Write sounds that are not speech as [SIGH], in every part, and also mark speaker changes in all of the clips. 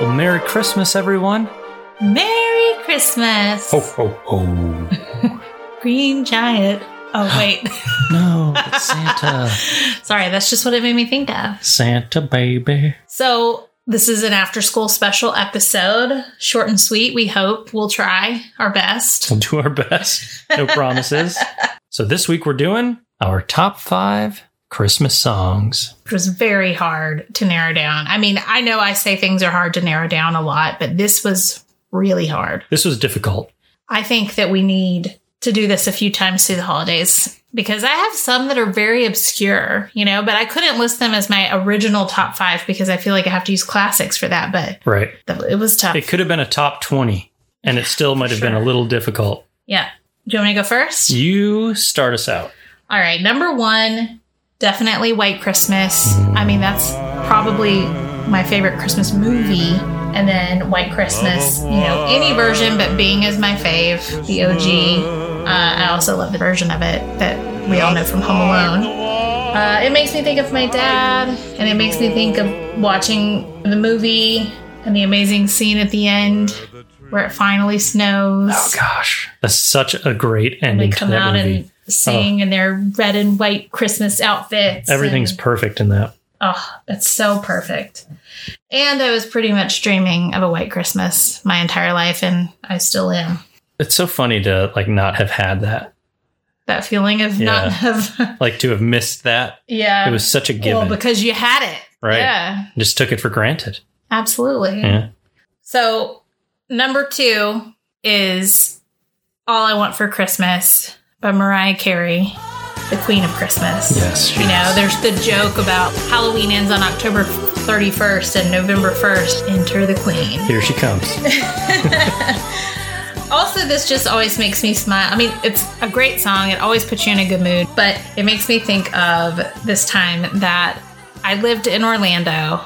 Speaker 1: Well, Merry Christmas, everyone.
Speaker 2: Merry Christmas.
Speaker 3: Ho, ho, ho.
Speaker 2: Green giant. Oh, wait.
Speaker 1: No, it's Santa.
Speaker 2: [LAUGHS] Sorry, that's just what it made me think of.
Speaker 1: [LAUGHS] Santa, baby.
Speaker 2: So, this is an after school special episode. Short and sweet, we hope. We'll try our best.
Speaker 1: We'll do our best. No promises. so, this week we're doing our top five Christmas songs.
Speaker 2: It was very hard to narrow down. I mean, I know I say things are hard to narrow down a lot, but this was really hard.
Speaker 1: This was difficult.
Speaker 2: I think that we need to do this a few times through the holidays because I have some that are very obscure, you know, but I couldn't list them as my original top five because I feel like I have to use classics for that. But
Speaker 1: Right.
Speaker 2: th- it was tough.
Speaker 1: It could have been a top 20, and it still might have been a
Speaker 2: Sure.
Speaker 1: little difficult.
Speaker 2: yeah. Do you want me to go first?
Speaker 1: You start us out.
Speaker 2: All right. Number one, definitely White Christmas. I mean, that's probably my favorite Christmas movie. And then White Christmas, you know, any version, but Bing is my fave, the OG. Uh, I also love the version of it that we all know from Home Alone. Uh, it makes me think of my dad, and it makes me think of watching the movie and the amazing scene at the end where it finally snows.
Speaker 1: Oh, gosh. That's such a great
Speaker 2: They
Speaker 1: ending to
Speaker 2: come
Speaker 1: that
Speaker 2: out
Speaker 1: movie.
Speaker 2: and sing in their red and white Christmas outfits.
Speaker 1: Everything's
Speaker 2: and,
Speaker 1: perfect in that.
Speaker 2: oh, it's so perfect. And I was pretty much dreaming of a white Christmas my entire life, and I still am.
Speaker 1: It's so funny to like not have had that,
Speaker 2: That feeling [LAUGHS] of not have,
Speaker 1: like to have missed that.
Speaker 2: yeah.
Speaker 1: It was such a
Speaker 2: well
Speaker 1: given.
Speaker 2: because you had it,
Speaker 1: Right.
Speaker 2: Yeah,
Speaker 1: Just took it for granted.
Speaker 2: absolutely.
Speaker 1: Yeah.
Speaker 2: So number two is "All I Want for Christmas" by Mariah Carey, the Queen of Christmas.
Speaker 1: Yes, she
Speaker 2: you know, there's the joke about Halloween ends on October 31st and November 1st. Enter the Queen.
Speaker 1: Here she comes.
Speaker 2: Also, this just always makes me smile. I mean, it's a great song. It always puts you in a good mood, but it makes me think of this time that I lived in Orlando.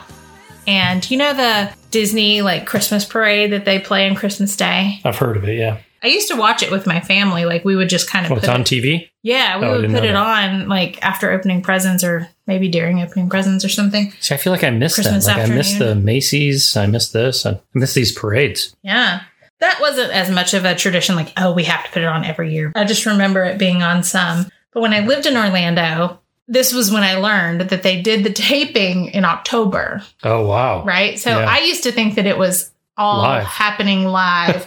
Speaker 2: And you know the Disney like Christmas parade that they play on Christmas Day?
Speaker 1: I've heard of it. Yeah.
Speaker 2: I used to watch it with my family. Like we would just kind of
Speaker 1: Well,
Speaker 2: put
Speaker 1: it's on
Speaker 2: it,
Speaker 1: TV.
Speaker 2: yeah, we
Speaker 1: Oh, I
Speaker 2: would
Speaker 1: didn't
Speaker 2: put
Speaker 1: know
Speaker 2: it
Speaker 1: that.
Speaker 2: on like after opening presents or maybe during opening presents or something.
Speaker 1: See, I feel like I missed
Speaker 2: Christmas
Speaker 1: that. Like I missed the
Speaker 2: afternoon.
Speaker 1: Macy's. I missed this. I missed these parades.
Speaker 2: Yeah. That wasn't as much of a tradition like oh we have to put it on every year. I just remember it being on some. But when I lived in Orlando, this was when I learned that they did the taping in October,
Speaker 1: Oh wow.
Speaker 2: right? So
Speaker 1: Yeah.
Speaker 2: I used to think that it was all
Speaker 1: Live. [LAUGHS]
Speaker 2: happening live.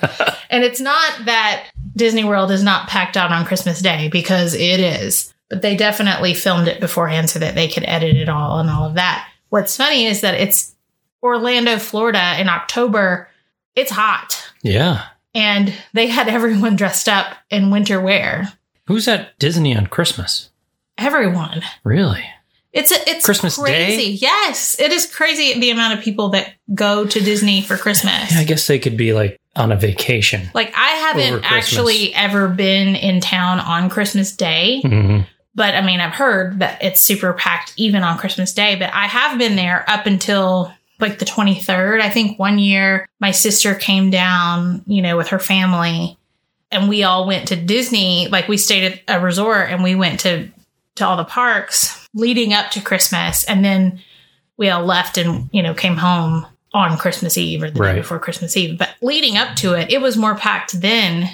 Speaker 2: and it's not that Disney World is not packed out on Christmas Day because it is, but they definitely filmed it beforehand so that they could edit it all and all of that. What's funny is that it's Orlando, Florida in October. It's hot
Speaker 1: Yeah.
Speaker 2: and they had [LAUGHS] everyone dressed up in winter wear.
Speaker 1: Who's at Disney on Christmas?
Speaker 2: Everyone.
Speaker 1: Really?
Speaker 2: It's it's
Speaker 1: Christmas Day?
Speaker 2: crazy. Yes, it is crazy the amount of people that go to Disney for Christmas.
Speaker 1: Yeah, I guess they could be like on a vacation.
Speaker 2: Like I
Speaker 1: Over
Speaker 2: haven't
Speaker 1: Christmas.
Speaker 2: actually ever been in town on Christmas Day,
Speaker 1: Mhm.
Speaker 2: but I mean I've heard that it's super packed even on Christmas Day, but I have been there up until like the 23rd. I think one year my sister came down, you know, with her family and we all went to Disney, like we stayed at a resort and we went to to all the parks leading up to Christmas and then we all left and, you know, came home on Christmas Eve or the
Speaker 1: Right.
Speaker 2: day before Christmas Eve. But leading up to it, it was more packed then,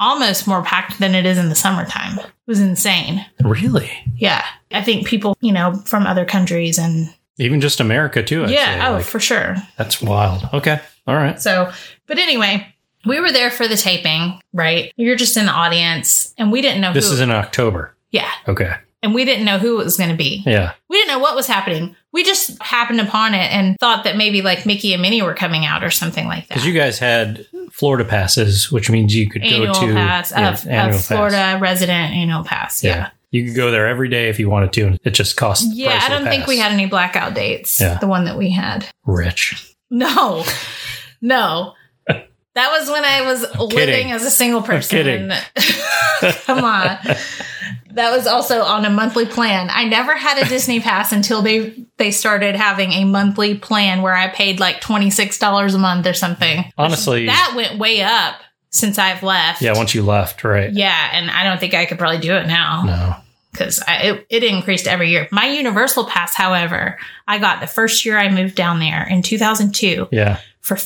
Speaker 2: almost more packed than it is in the summertime. It was insane.
Speaker 1: Really?
Speaker 2: Yeah. I think people, you know, from other countries and
Speaker 1: Even just America too. Actually.
Speaker 2: yeah, oh,
Speaker 1: Like,
Speaker 2: for sure.
Speaker 1: that's wild. Okay. All right.
Speaker 2: So, but anyway, we were there for the taping, right? You're just in the audience and we didn't know
Speaker 1: This
Speaker 2: who
Speaker 1: is in October.
Speaker 2: Yeah.
Speaker 1: Okay.
Speaker 2: And we didn't know who it was going to be.
Speaker 1: Yeah.
Speaker 2: We didn't know what was happening. We just happened upon it and thought that maybe like Mickey and Minnie were coming out or something like that.
Speaker 1: Because you guys had Florida passes, which means you could
Speaker 2: annual
Speaker 1: go to
Speaker 2: pass
Speaker 1: Yeah,
Speaker 2: of,
Speaker 1: annual
Speaker 2: of
Speaker 1: pass.
Speaker 2: Florida resident annual pass. Yeah.
Speaker 1: You could go there every day if you wanted to, and it just costs. the
Speaker 2: Yeah,
Speaker 1: price
Speaker 2: I
Speaker 1: of the
Speaker 2: don't think
Speaker 1: pass.
Speaker 2: we had any blackout dates.
Speaker 1: Yeah.
Speaker 2: The one that we had.
Speaker 1: rich.
Speaker 2: No. No. That was when I was living
Speaker 1: kidding.
Speaker 2: as a single person.
Speaker 1: kidding.
Speaker 2: [LAUGHS] Come on. That was also on a monthly plan. I never had a Disney pass until they they started having a monthly plan where I paid like $26 a month or something.
Speaker 1: Honestly,
Speaker 2: That went way up since I've left.
Speaker 1: yeah. Once you left, right?
Speaker 2: Yeah, and I don't think I could probably do it now
Speaker 1: No.
Speaker 2: because it, it increased every year. My Universal Pass, however, I got the first year I moved down there in 2002
Speaker 1: Yeah.
Speaker 2: for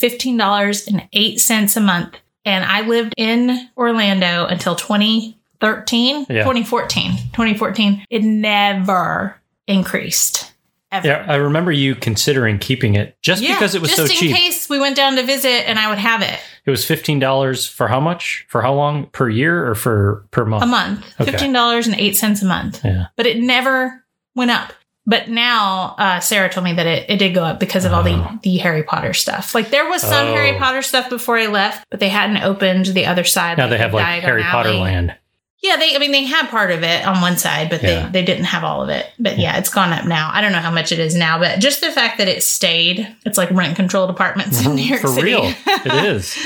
Speaker 2: $15.08 a month. And I lived in Orlando until 2013,
Speaker 1: Yeah.
Speaker 2: 2014. 2014. It never increased. Ever.
Speaker 1: Yeah, I remember you considering keeping it just
Speaker 2: Yeah,
Speaker 1: because it was so
Speaker 2: just in
Speaker 1: cheap.
Speaker 2: case we went down to visit and I would have it
Speaker 1: It was fifteen dollars for how much? For how long? Per year or for per month?
Speaker 2: a month,
Speaker 1: Okay.
Speaker 2: fifteen dollars and eight cents a month.
Speaker 1: Yeah.
Speaker 2: But it never went up. But now uh, Sarah told me that it, it did go up because of all
Speaker 1: Oh.
Speaker 2: the the Harry Potter stuff. Like there was some
Speaker 1: Oh.
Speaker 2: Harry Potter stuff before I left, but they hadn't opened the other side.
Speaker 1: Now they have like
Speaker 2: Diagon
Speaker 1: Harry Potter
Speaker 2: Alley. [LAUGHS]
Speaker 1: Land.
Speaker 2: Yeah, they. I mean, they had part of it on one side, but
Speaker 1: Yeah.
Speaker 2: they, they didn't have all of it. But yeah. it's gone up now. I don't know how much it is now, but just the fact that it stayed, it's like rent controlled apartments in New York
Speaker 1: Mm-hmm. for
Speaker 2: City.
Speaker 1: real,
Speaker 2: [LAUGHS]
Speaker 1: it is.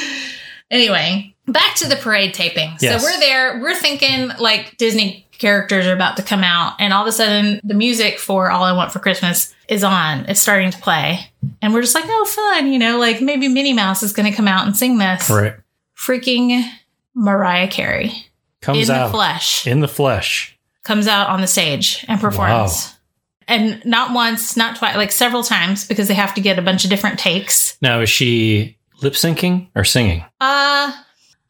Speaker 2: Anyway, back to the parade taping.
Speaker 1: Yes.
Speaker 2: So we're there, we're thinking like Disney characters are about to come out, and all of a sudden the music for All I Want for Christmas is on. It's starting to play. And we're just like, oh, fun, you know, like maybe Minnie Mouse is going to come out and sing this.
Speaker 1: Right,
Speaker 2: Freaking Mariah Carey
Speaker 1: comes
Speaker 2: in
Speaker 1: out
Speaker 2: the flesh
Speaker 1: in the flesh.
Speaker 2: comes out on the stage and performs. And not once, not twice, like several times because they have to get a bunch of different takes.
Speaker 1: Now is she lip syncing or singing?
Speaker 2: Uh,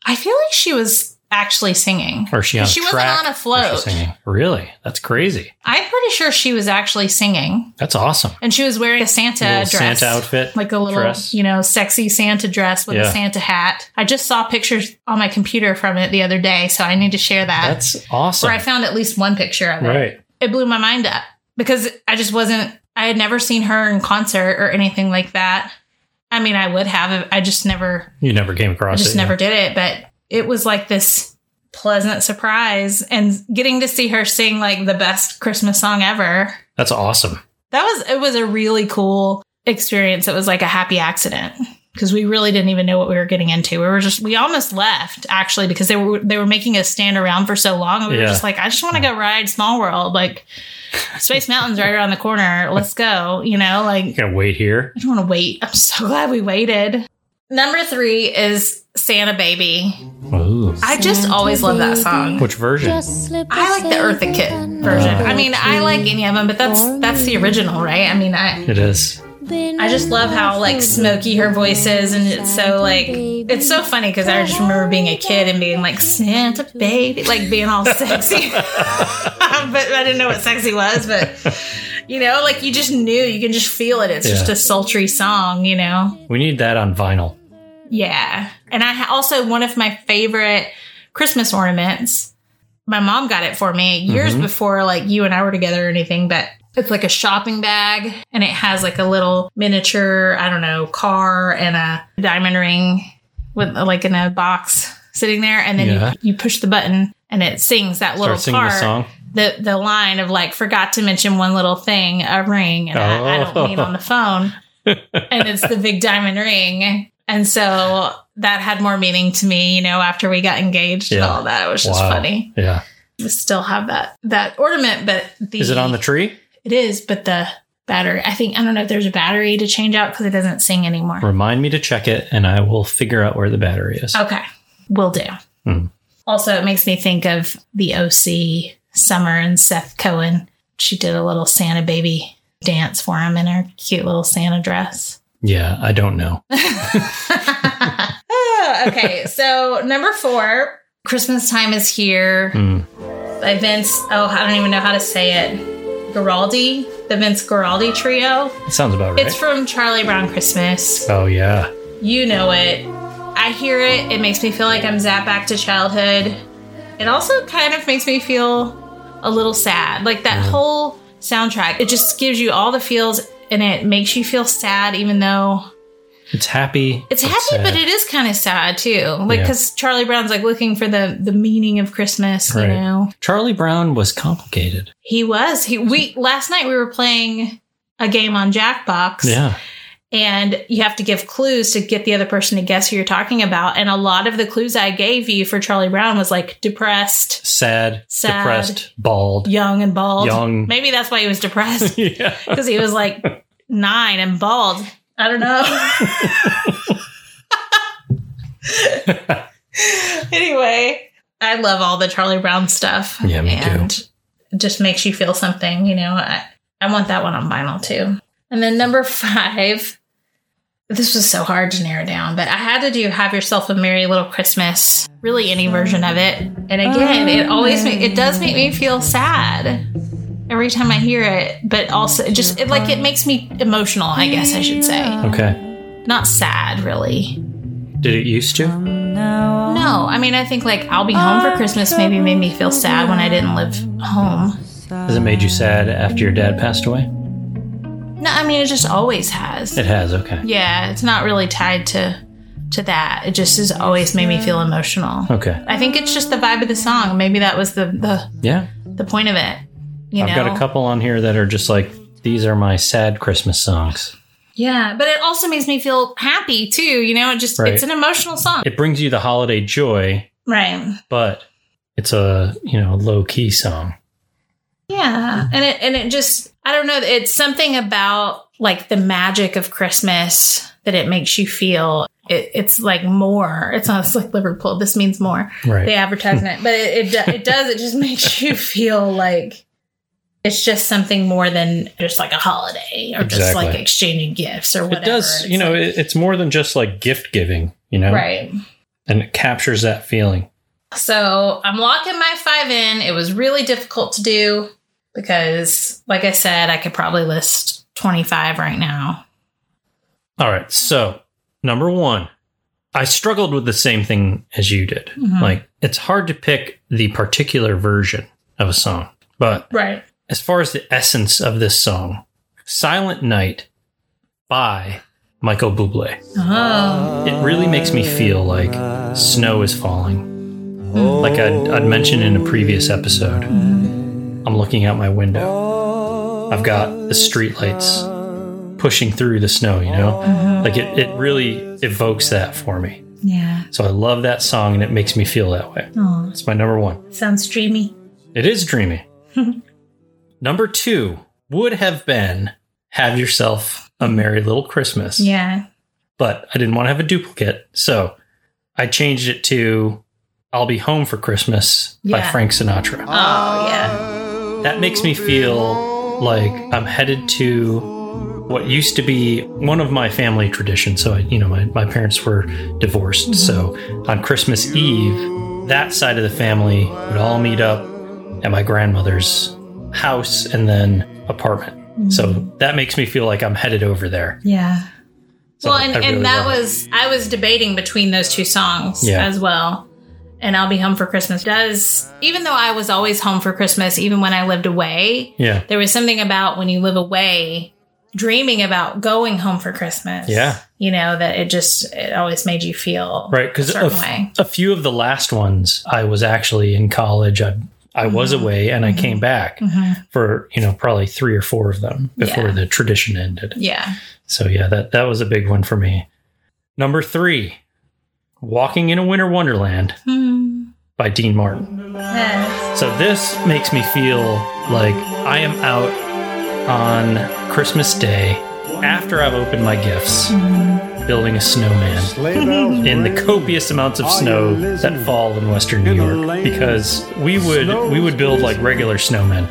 Speaker 2: I feel like she was actually singing.
Speaker 1: Or is she on?
Speaker 2: She wasn't
Speaker 1: track
Speaker 2: on a
Speaker 1: or is she
Speaker 2: float.
Speaker 1: singing? Really? That's crazy.
Speaker 2: I'm pretty sure she was actually singing,
Speaker 1: That's awesome.
Speaker 2: and she was wearing a Santa
Speaker 1: Little
Speaker 2: dress,
Speaker 1: Santa outfit,
Speaker 2: like a little,
Speaker 1: dress.
Speaker 2: you know, sexy Santa dress with
Speaker 1: Yeah.
Speaker 2: a Santa hat. I just saw pictures on my computer from it the other day, so I need to share that.
Speaker 1: That's awesome.
Speaker 2: where I found at least one picture of it.
Speaker 1: right.
Speaker 2: It blew my mind up because I just wasn't. I had never seen her in concert or anything like that. I mean, I would have. I just never
Speaker 1: You never came
Speaker 2: I
Speaker 1: across
Speaker 2: just
Speaker 1: it.
Speaker 2: never did it, but it was like this pleasant surprise and getting to see her sing like the best Christmas song ever.
Speaker 1: That's awesome.
Speaker 2: That was it was a really cool experience. It was like a happy accident because we really didn't even know what we were getting into. We were just we almost left actually because they were they were making us stand around for so long. And we
Speaker 1: Yeah.
Speaker 2: were just like I just want to go ride Small World like Space Mountain's right around the corner. Let's go, you know, like
Speaker 1: You're gonna wait here.
Speaker 2: I don't want to wait. I'm so glad we waited. Number 3 is Santa Baby.
Speaker 1: Ooh.
Speaker 2: I just always love that song.
Speaker 1: Which version?
Speaker 2: [CLEARS THROAT] I like the Eartha Kitt version. I mean, I like any of them, but that's that's the original, right? I mean, I
Speaker 1: It is.
Speaker 2: I just love how like smoky her voice is, and it's so like it's so funny because I just remember being a kid and being like Santa baby, like being all sexy, [LAUGHS] but I didn't know what sexy was, but. You know, like you just knew, you can just feel it. It's just
Speaker 1: Yeah.
Speaker 2: a sultry song, you know?
Speaker 1: We need that on vinyl.
Speaker 2: Yeah. And I ha- also, one of my favorite Christmas ornaments, my mom got it for me years
Speaker 1: Mm-hmm.
Speaker 2: before, like you and I were together or anything, but it's like a shopping bag and it has like a little miniature, I don't know, car and a diamond ring with like in a box sitting there. And then
Speaker 1: Yeah.
Speaker 2: you, you push the button and it sings that little
Speaker 1: Start singing
Speaker 2: part
Speaker 1: the song.
Speaker 2: the the line of like forgot to mention one little thing a ring and I, I
Speaker 1: Oh.
Speaker 2: don't mean on
Speaker 1: [LAUGHS]
Speaker 2: the phone and it's the big diamond ring and so that had more meaning to me you know after we got engaged and
Speaker 1: Yeah.
Speaker 2: all that it was just
Speaker 1: Wow.
Speaker 2: funny
Speaker 1: Yeah.
Speaker 2: we still have that that ornament but the
Speaker 1: Is it on the tree?
Speaker 2: it is but the battery i think i don't know if there's a battery to change out because it doesn't sing anymore
Speaker 1: Remind me to check it, and I will figure out where the battery is.
Speaker 2: Okay, will do.
Speaker 1: Hmm.
Speaker 2: Also, it makes me think of the OC Summer and Seth Cohen. She did a little Santa baby dance for him in her cute little Santa dress.
Speaker 1: Yeah, I don't know.
Speaker 2: Oh, okay, so number four, Christmas time is here.
Speaker 1: Hmm.
Speaker 2: By Vince, oh, I don't even know how to say it. Giraldi, the Vince Giraldi trio.
Speaker 1: It sounds about right.
Speaker 2: It's from Charlie Brown Christmas.
Speaker 1: oh yeah.
Speaker 2: You know it. I hear it. It makes me feel like I'm zapped back to childhood. It also kind of makes me feel a little sad. Like that whole soundtrack, it just gives you all the feels and it makes you feel sad, even though
Speaker 1: It's happy.
Speaker 2: it's happy, but
Speaker 1: sad.
Speaker 2: it is kind of sad too. Like,
Speaker 1: Yeah.
Speaker 2: because Charlie Brown's like looking for the, the meaning of Christmas,
Speaker 1: Right.
Speaker 2: you know?
Speaker 1: Charlie Brown was complicated.
Speaker 2: He was. He, we, last night we were playing a game on Jackbox.
Speaker 1: Yeah.
Speaker 2: and you have to give clues to get the other person to guess who you're talking about. And a lot of the clues I gave you for Charlie Brown was like depressed,
Speaker 1: Sad,
Speaker 2: Sad.
Speaker 1: depressed, bald.
Speaker 2: young, and bald.
Speaker 1: Young.
Speaker 2: Maybe that's why he was depressed
Speaker 1: [LAUGHS]
Speaker 2: [LAUGHS]
Speaker 1: Yeah.
Speaker 2: because he was like nine and bald. I don't know. [LAUGHS] anyway, I love all the Charlie Brown stuff.
Speaker 1: Yeah, me too.
Speaker 2: and It just makes you feel something, you know. I, I want that one on vinyl too. And then number five, This was so hard to narrow down, but I had to do "Have Yourself a Merry Little Christmas." Really, any version of it. And again, it always ma- it does make me feel sad every time I hear it, but also just it, like it makes me emotional. I guess I should say,
Speaker 1: Okay.
Speaker 2: not sad really.
Speaker 1: Did it used to?
Speaker 2: No, I mean I think like "I'll Be Home for Christmas" maybe made me feel sad when I didn't live home.
Speaker 1: Has it made you sad after your dad passed away?
Speaker 2: No, I mean it just always has.
Speaker 1: It has. Okay.
Speaker 2: Yeah, it's not really tied to to that. It just has always made me feel emotional.
Speaker 1: Okay.
Speaker 2: I think it's just the vibe of the song. Maybe that was the the,
Speaker 1: Yeah.
Speaker 2: the point of it. You know?
Speaker 1: I've got a couple on here that are just like these are my sad Christmas songs.
Speaker 2: Yeah, but it also makes me feel happy too. You know, it just
Speaker 1: Right.
Speaker 2: it's an emotional song,
Speaker 1: It brings you the holiday joy,
Speaker 2: right?
Speaker 1: but it's a you know low key song.
Speaker 2: Yeah, and it and it just I don't know. It's something about like the magic of Christmas that it makes you feel. It, it's like more. It's not it's like Liverpool. This means more.
Speaker 1: Right.
Speaker 2: they advertise in it, but it, it do- it does. It just [LAUGHS] makes you feel like it's just something more than just like a holiday or just like
Speaker 1: Exactly.
Speaker 2: exchanging gifts or whatever.
Speaker 1: It does.
Speaker 2: It's
Speaker 1: You know,
Speaker 2: like-
Speaker 1: it, it's more than just like gift giving. You know,
Speaker 2: right?
Speaker 1: and it captures that feeling.
Speaker 2: So I'm locking my five in. It was really difficult to do because, like I said, I could probably list 25 right now.
Speaker 1: All right. So, number one, I struggled with the same thing as you did.
Speaker 2: Mm-hmm.
Speaker 1: Like, it's hard to pick the particular version of a song. But
Speaker 2: Right.
Speaker 1: as far as the essence of this song, Silent Night by Michael Bublé,
Speaker 2: Oh,
Speaker 1: it really makes me feel like snow is falling. Like I'd, I'd mentioned in a previous episode, I'm looking out my window. I've got the streetlights pushing through the snow, you know? Like it, it really evokes that for me.
Speaker 2: yeah.
Speaker 1: So I love that song and it makes me feel that way.
Speaker 2: Oh,
Speaker 1: It's my number one.
Speaker 2: sounds dreamy.
Speaker 1: It is
Speaker 2: [LAUGHS]
Speaker 1: dreamy. number two would have been Have Yourself a Merry Little Christmas.
Speaker 2: Yeah.
Speaker 1: But I didn't want to have a duplicate. So I changed it to I'll Be Home for Christmas by
Speaker 2: Yeah.
Speaker 1: Frank Sinatra.
Speaker 2: Oh, yeah.
Speaker 1: That makes me feel like I'm headed to what used to be one of my family traditions. So, I, you know, my, my parents were divorced. So, on Christmas Eve, that side of the family would all meet up at my grandmother's house and then apartment.
Speaker 2: Mm-hmm.
Speaker 1: So, that makes me feel like I'm headed over there.
Speaker 2: Yeah.
Speaker 1: So
Speaker 2: well, and,
Speaker 1: I really
Speaker 2: and that
Speaker 1: love it.
Speaker 2: was I was debating between those two songs
Speaker 1: Yeah.
Speaker 2: as well. And I'll be home for Christmas does even though I was always home for Christmas, even when I lived away,
Speaker 1: Yeah.
Speaker 2: there was something about when you live away, dreaming about going home for Christmas.
Speaker 1: Yeah.
Speaker 2: You know, that it just it always made you feel
Speaker 1: Right, because
Speaker 2: a
Speaker 1: a,
Speaker 2: certain
Speaker 1: f-
Speaker 2: way.
Speaker 1: a few of the last ones, I was actually in college. I I was
Speaker 2: Mm-hmm.
Speaker 1: away, and I came back
Speaker 2: Mhm.
Speaker 1: for you know probably three or four of them before
Speaker 2: Yeah.
Speaker 1: the tradition ended.
Speaker 2: Yeah.
Speaker 1: So yeah, that that was a big one for me. Number three, "Walking in a Winter Wonderland"
Speaker 2: Hmm.
Speaker 1: by Dean Martin.
Speaker 2: Yes.
Speaker 1: So this makes me feel like I am out on Christmas Day after I've opened my gifts, building a snowman in the copious amounts of snow that fall in western New York because we would we would build like regular snowmen.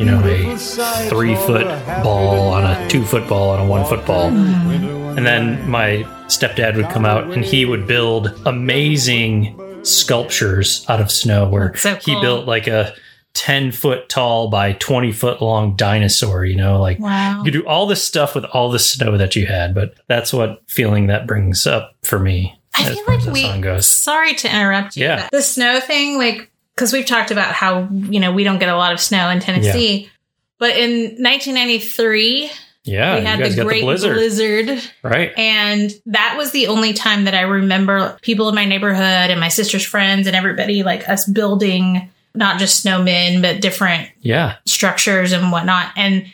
Speaker 1: You know, a three foot ball on a two foot ball on a one foot ball. And then my stepdad would come out and he would build amazing sculptures out of snow where
Speaker 2: That's so
Speaker 1: he
Speaker 2: cool.
Speaker 1: built like a 10 foot tall by 20 foot long dinosaur, you know, like
Speaker 2: Wow.
Speaker 1: you could do all this stuff with all the snow that you had, but that's what feeling that brings up for me.
Speaker 2: I
Speaker 1: as
Speaker 2: feel
Speaker 1: far
Speaker 2: like
Speaker 1: as that
Speaker 2: we.
Speaker 1: song goes.
Speaker 2: Sorry to interrupt you.
Speaker 1: Yeah.
Speaker 2: but The snow thing, like, because we've talked about how you know we don't get a lot of snow in Tennessee, but in 1993
Speaker 1: Yeah,
Speaker 2: we
Speaker 1: Oh, you
Speaker 2: had
Speaker 1: guys
Speaker 2: the
Speaker 1: got
Speaker 2: Great
Speaker 1: the blizzard,
Speaker 2: blizzard,
Speaker 1: right?
Speaker 2: and that was the only time that I remember people in my neighborhood and my sister's friends and everybody like us building not just snowmen but different
Speaker 1: Yeah,
Speaker 2: structures and whatnot and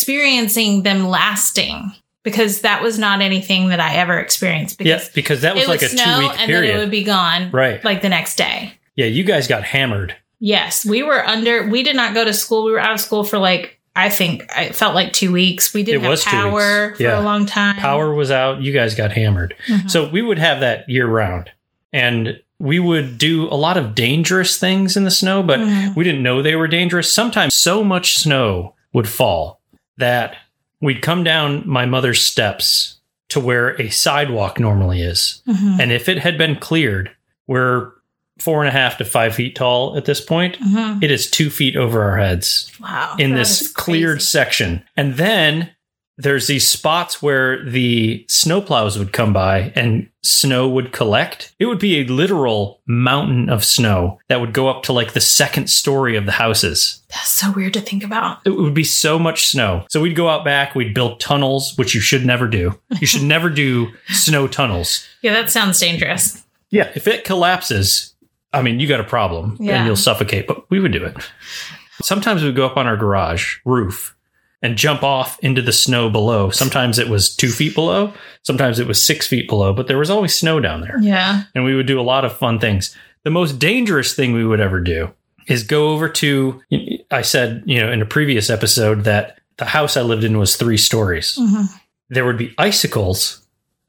Speaker 2: experiencing them lasting because that was not anything that I ever experienced because
Speaker 1: yeah, because that was
Speaker 2: it
Speaker 1: like a
Speaker 2: would snow
Speaker 1: two week
Speaker 2: and
Speaker 1: period,
Speaker 2: then it would be gone
Speaker 1: right?
Speaker 2: like the next day.
Speaker 1: yeah, you guys got hammered.
Speaker 2: Yes, we were under. We did not go to school. We were out of school for like I think it felt like two weeks. We didn't
Speaker 1: It was
Speaker 2: have
Speaker 1: two weeks.
Speaker 2: power for
Speaker 1: Yeah.
Speaker 2: a long time.
Speaker 1: Power was out. You guys got hammered.
Speaker 2: Mhm.
Speaker 1: So we would have that year round, and we would do a lot of dangerous things in the snow, but
Speaker 2: Mhm.
Speaker 1: we didn't know they were dangerous. Sometimes so much snow would fall that we'd come down my mother's steps to where a sidewalk normally is.
Speaker 2: Mhm.
Speaker 1: And if it had been cleared, we're four and a half to five feet tall at this point.
Speaker 2: Mhm.
Speaker 1: It is two feet over our heads
Speaker 2: Wow.
Speaker 1: in
Speaker 2: that
Speaker 1: this
Speaker 2: is
Speaker 1: cleared
Speaker 2: crazy.
Speaker 1: section. And then there's these spots where the snowplows would come by and snow would collect. It would be a literal mountain of snow that would go up to like the second story of the houses.
Speaker 2: That's so weird to think about.
Speaker 1: It would be so much snow. So we'd go out back, we'd build tunnels, which you should never do. You should [LAUGHS] never do snow tunnels.
Speaker 2: Yeah, that sounds dangerous.
Speaker 1: Yeah. If it collapses, I mean, you got a problem
Speaker 2: Yeah.
Speaker 1: and you'll suffocate, but we would do it. Sometimes we'd go up on our garage roof and jump off into the snow below. Sometimes it was two feet below, sometimes it was six feet below, but there was always snow down there.
Speaker 2: Yeah.
Speaker 1: And we would do a lot of fun things. The most dangerous thing we would ever do is go over to, I said, you know, in a previous episode that the house I lived in was three stories
Speaker 2: Mhm.
Speaker 1: there would be icicles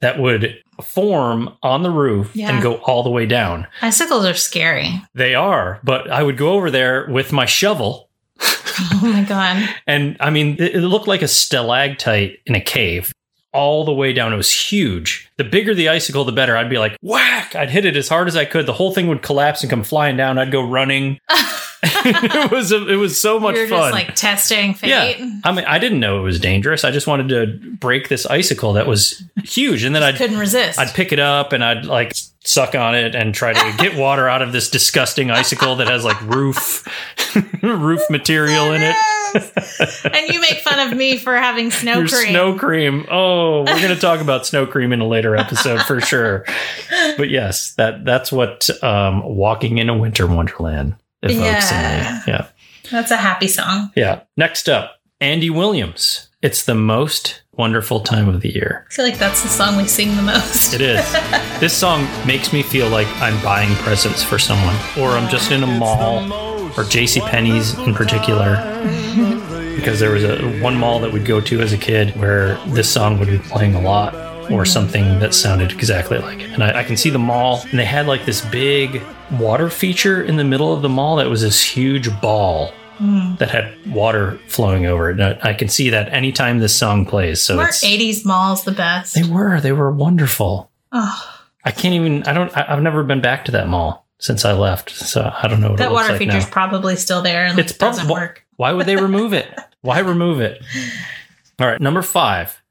Speaker 1: that would form on the roof
Speaker 2: Yeah.
Speaker 1: and go all the way down.
Speaker 2: Icicles are scary. [LAUGHS]
Speaker 1: They are, but I would go over there with my shovel.
Speaker 2: Oh my god.
Speaker 1: And I mean, it, it looked like a stalactite in a cave all the way down. It was huge. The bigger the icicle, the better. I'd be like, whack! I'd hit it as hard as I could. The whole thing would collapse and come flying down. I'd go
Speaker 2: [LAUGHS]
Speaker 1: running. [LAUGHS] it was a, it was so much
Speaker 2: You're
Speaker 1: fun.
Speaker 2: just like testing fate.
Speaker 1: yeah, I mean, I didn't know it was dangerous. I just wanted to break this icicle that was huge, and then I'd
Speaker 2: Couldn't
Speaker 1: [LAUGHS]
Speaker 2: resist.
Speaker 1: I'd pick it up and I'd like suck on it and try to get water out of this disgusting icicle that has like roof [LAUGHS] roof material in it.
Speaker 2: Yes. and you make fun of me for having snow
Speaker 1: Your
Speaker 2: cream.
Speaker 1: snow cream. Oh, we're gonna talk about snow cream in a later episode
Speaker 2: [LAUGHS]
Speaker 1: for sure. But yes, that that's what um, walking in a winter wonderland evokes
Speaker 2: Yeah.
Speaker 1: in me. Yeah,
Speaker 2: That's a happy song.
Speaker 1: yeah. Next up, Andy Williams. It's the most wonderful time of the year.
Speaker 2: I feel like that's the song we sing the most.
Speaker 1: It is. this song makes me feel like I'm buying presents for someone, or I'm just in a mall, or JCPenney's in particular, because there was a one mall that we'd go to as a kid where this song would be playing a lot, or something that sounded exactly like it. And I, I can see the mall, and they had like this big water feature in the middle of the mall that was this huge ball. That had water flowing over it. And I I can see that anytime this song plays. So
Speaker 2: Weren't
Speaker 1: it's,
Speaker 2: 80s malls the best?
Speaker 1: they were, they were wonderful.
Speaker 2: Oh,
Speaker 1: I can't even. I don't. I, I've never been back to that mall since I left, so I don't know what
Speaker 2: that
Speaker 1: it looks
Speaker 2: water
Speaker 1: like
Speaker 2: feature's
Speaker 1: now.
Speaker 2: probably still there and
Speaker 1: It's
Speaker 2: it doesn't
Speaker 1: probably
Speaker 2: work.
Speaker 1: why would they remove
Speaker 2: [LAUGHS]
Speaker 1: it? Why remove it? All right, number five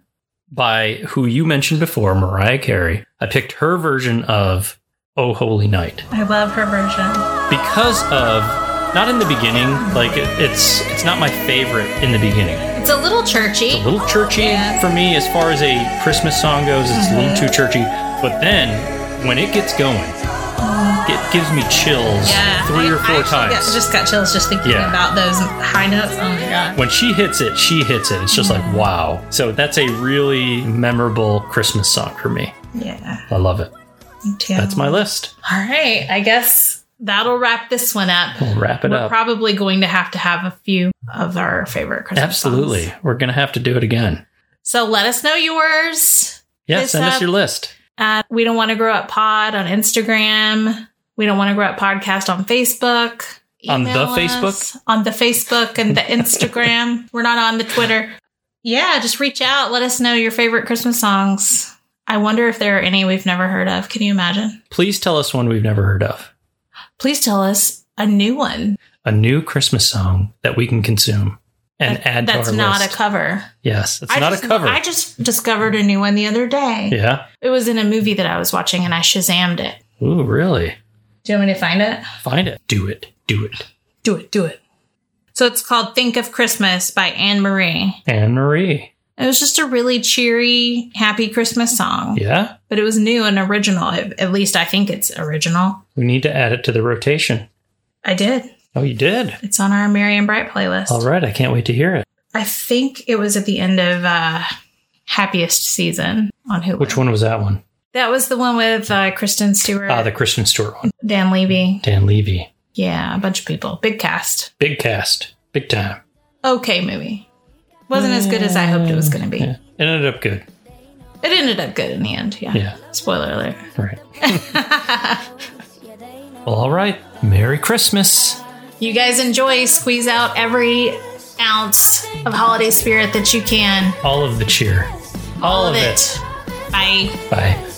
Speaker 1: by who you mentioned before, Mariah Carey. I picked her version of "Oh Holy Night"
Speaker 2: I love her version.
Speaker 1: because of not in the beginning. Like it, it's it's not my favorite in the beginning.
Speaker 2: It's a little churchy.
Speaker 1: a little churchy
Speaker 2: Yeah. Mm-hmm.
Speaker 1: for me as far as a Christmas song goes. It's a little too churchy, but then when it gets going, it gives me chills
Speaker 2: yeah.
Speaker 1: three
Speaker 2: I-
Speaker 1: or
Speaker 2: I
Speaker 1: four
Speaker 2: actually
Speaker 1: times.
Speaker 2: got- just got chills just thinking
Speaker 1: Yeah.
Speaker 2: about those high notes. Oh my god.
Speaker 1: when she hits it, she hits it. It's just
Speaker 2: Mm-hmm.
Speaker 1: like wow. So that's a really memorable Christmas song for me.
Speaker 2: Yeah.
Speaker 1: I love it.
Speaker 2: me too.
Speaker 1: That's my list.
Speaker 2: All right. I guess that'll wrap this one up.
Speaker 1: We'll wrap it
Speaker 2: We're
Speaker 1: up.
Speaker 2: probably going to have to have a few of our favorite Christmas
Speaker 1: Absolutely,
Speaker 2: songs.
Speaker 1: we're gonna have to do it again.
Speaker 2: So let us know yours
Speaker 1: Yeah,
Speaker 2: This uh,
Speaker 1: send us
Speaker 2: up-
Speaker 1: your list.
Speaker 2: at We Don't Want to Grow Up Pod on Instagram. We Don't Want to Grow Up Podcast on Facebook.
Speaker 1: On the
Speaker 2: Email us
Speaker 1: Facebook?
Speaker 2: On the Facebook and the Instagram.
Speaker 1: [LAUGHS]
Speaker 2: We're not on the Twitter. Yeah, just reach out. Let us know your favorite Christmas songs. I wonder if there are any we've never heard of. Can you imagine?
Speaker 1: Please tell us one we've never heard of.
Speaker 2: Please tell us a new one
Speaker 1: A new Christmas song that we can consume and add to our
Speaker 2: that's not
Speaker 1: list.
Speaker 2: a cover.
Speaker 1: yes, it's
Speaker 2: I
Speaker 1: not
Speaker 2: just,
Speaker 1: a cover.
Speaker 2: I just discovered a new one the other day.
Speaker 1: yeah.
Speaker 2: It was in a movie that I was watching and I Shazammed it.
Speaker 1: Ooh, really?
Speaker 2: Do you want me to find it?
Speaker 1: Find it. Do it. Do it.
Speaker 2: Do it, do it. So it's called Think of Christmas by Anne Marie.
Speaker 1: Anne Marie.
Speaker 2: It was just a really cheery, happy Christmas song,
Speaker 1: Yeah.
Speaker 2: but it was new and original. At at least I think it's original.
Speaker 1: We need to add it to the rotation.
Speaker 2: I did.
Speaker 1: Oh, you did?
Speaker 2: It's on our Merry and Bright playlist.
Speaker 1: All right. I can't wait to hear it.
Speaker 2: I think it was at the end of uh, Happiest Season on Hulu.
Speaker 1: Which one was that one?
Speaker 2: That was the one with uh, Kristen Stewart,
Speaker 1: Ah, the Kristen Stewart one.
Speaker 2: Dan Levy.
Speaker 1: Dan Levy.
Speaker 2: Yeah, a bunch of people. Big cast.
Speaker 1: Big cast. Big time.
Speaker 2: okay movie. Wasn't as good as I hoped it was going to be.
Speaker 1: Yeah. It ended up good.
Speaker 2: It ended up good in the end. Yeah.
Speaker 1: Yeah.
Speaker 2: Spoiler alert.
Speaker 1: All right. [LAUGHS] well, all right. Merry Christmas.
Speaker 2: You guys enjoy, squeeze out every ounce of holiday spirit that you can.
Speaker 1: All of the cheer. All,
Speaker 2: of
Speaker 1: of
Speaker 2: it.
Speaker 1: it.
Speaker 4: Bye.
Speaker 2: Bye.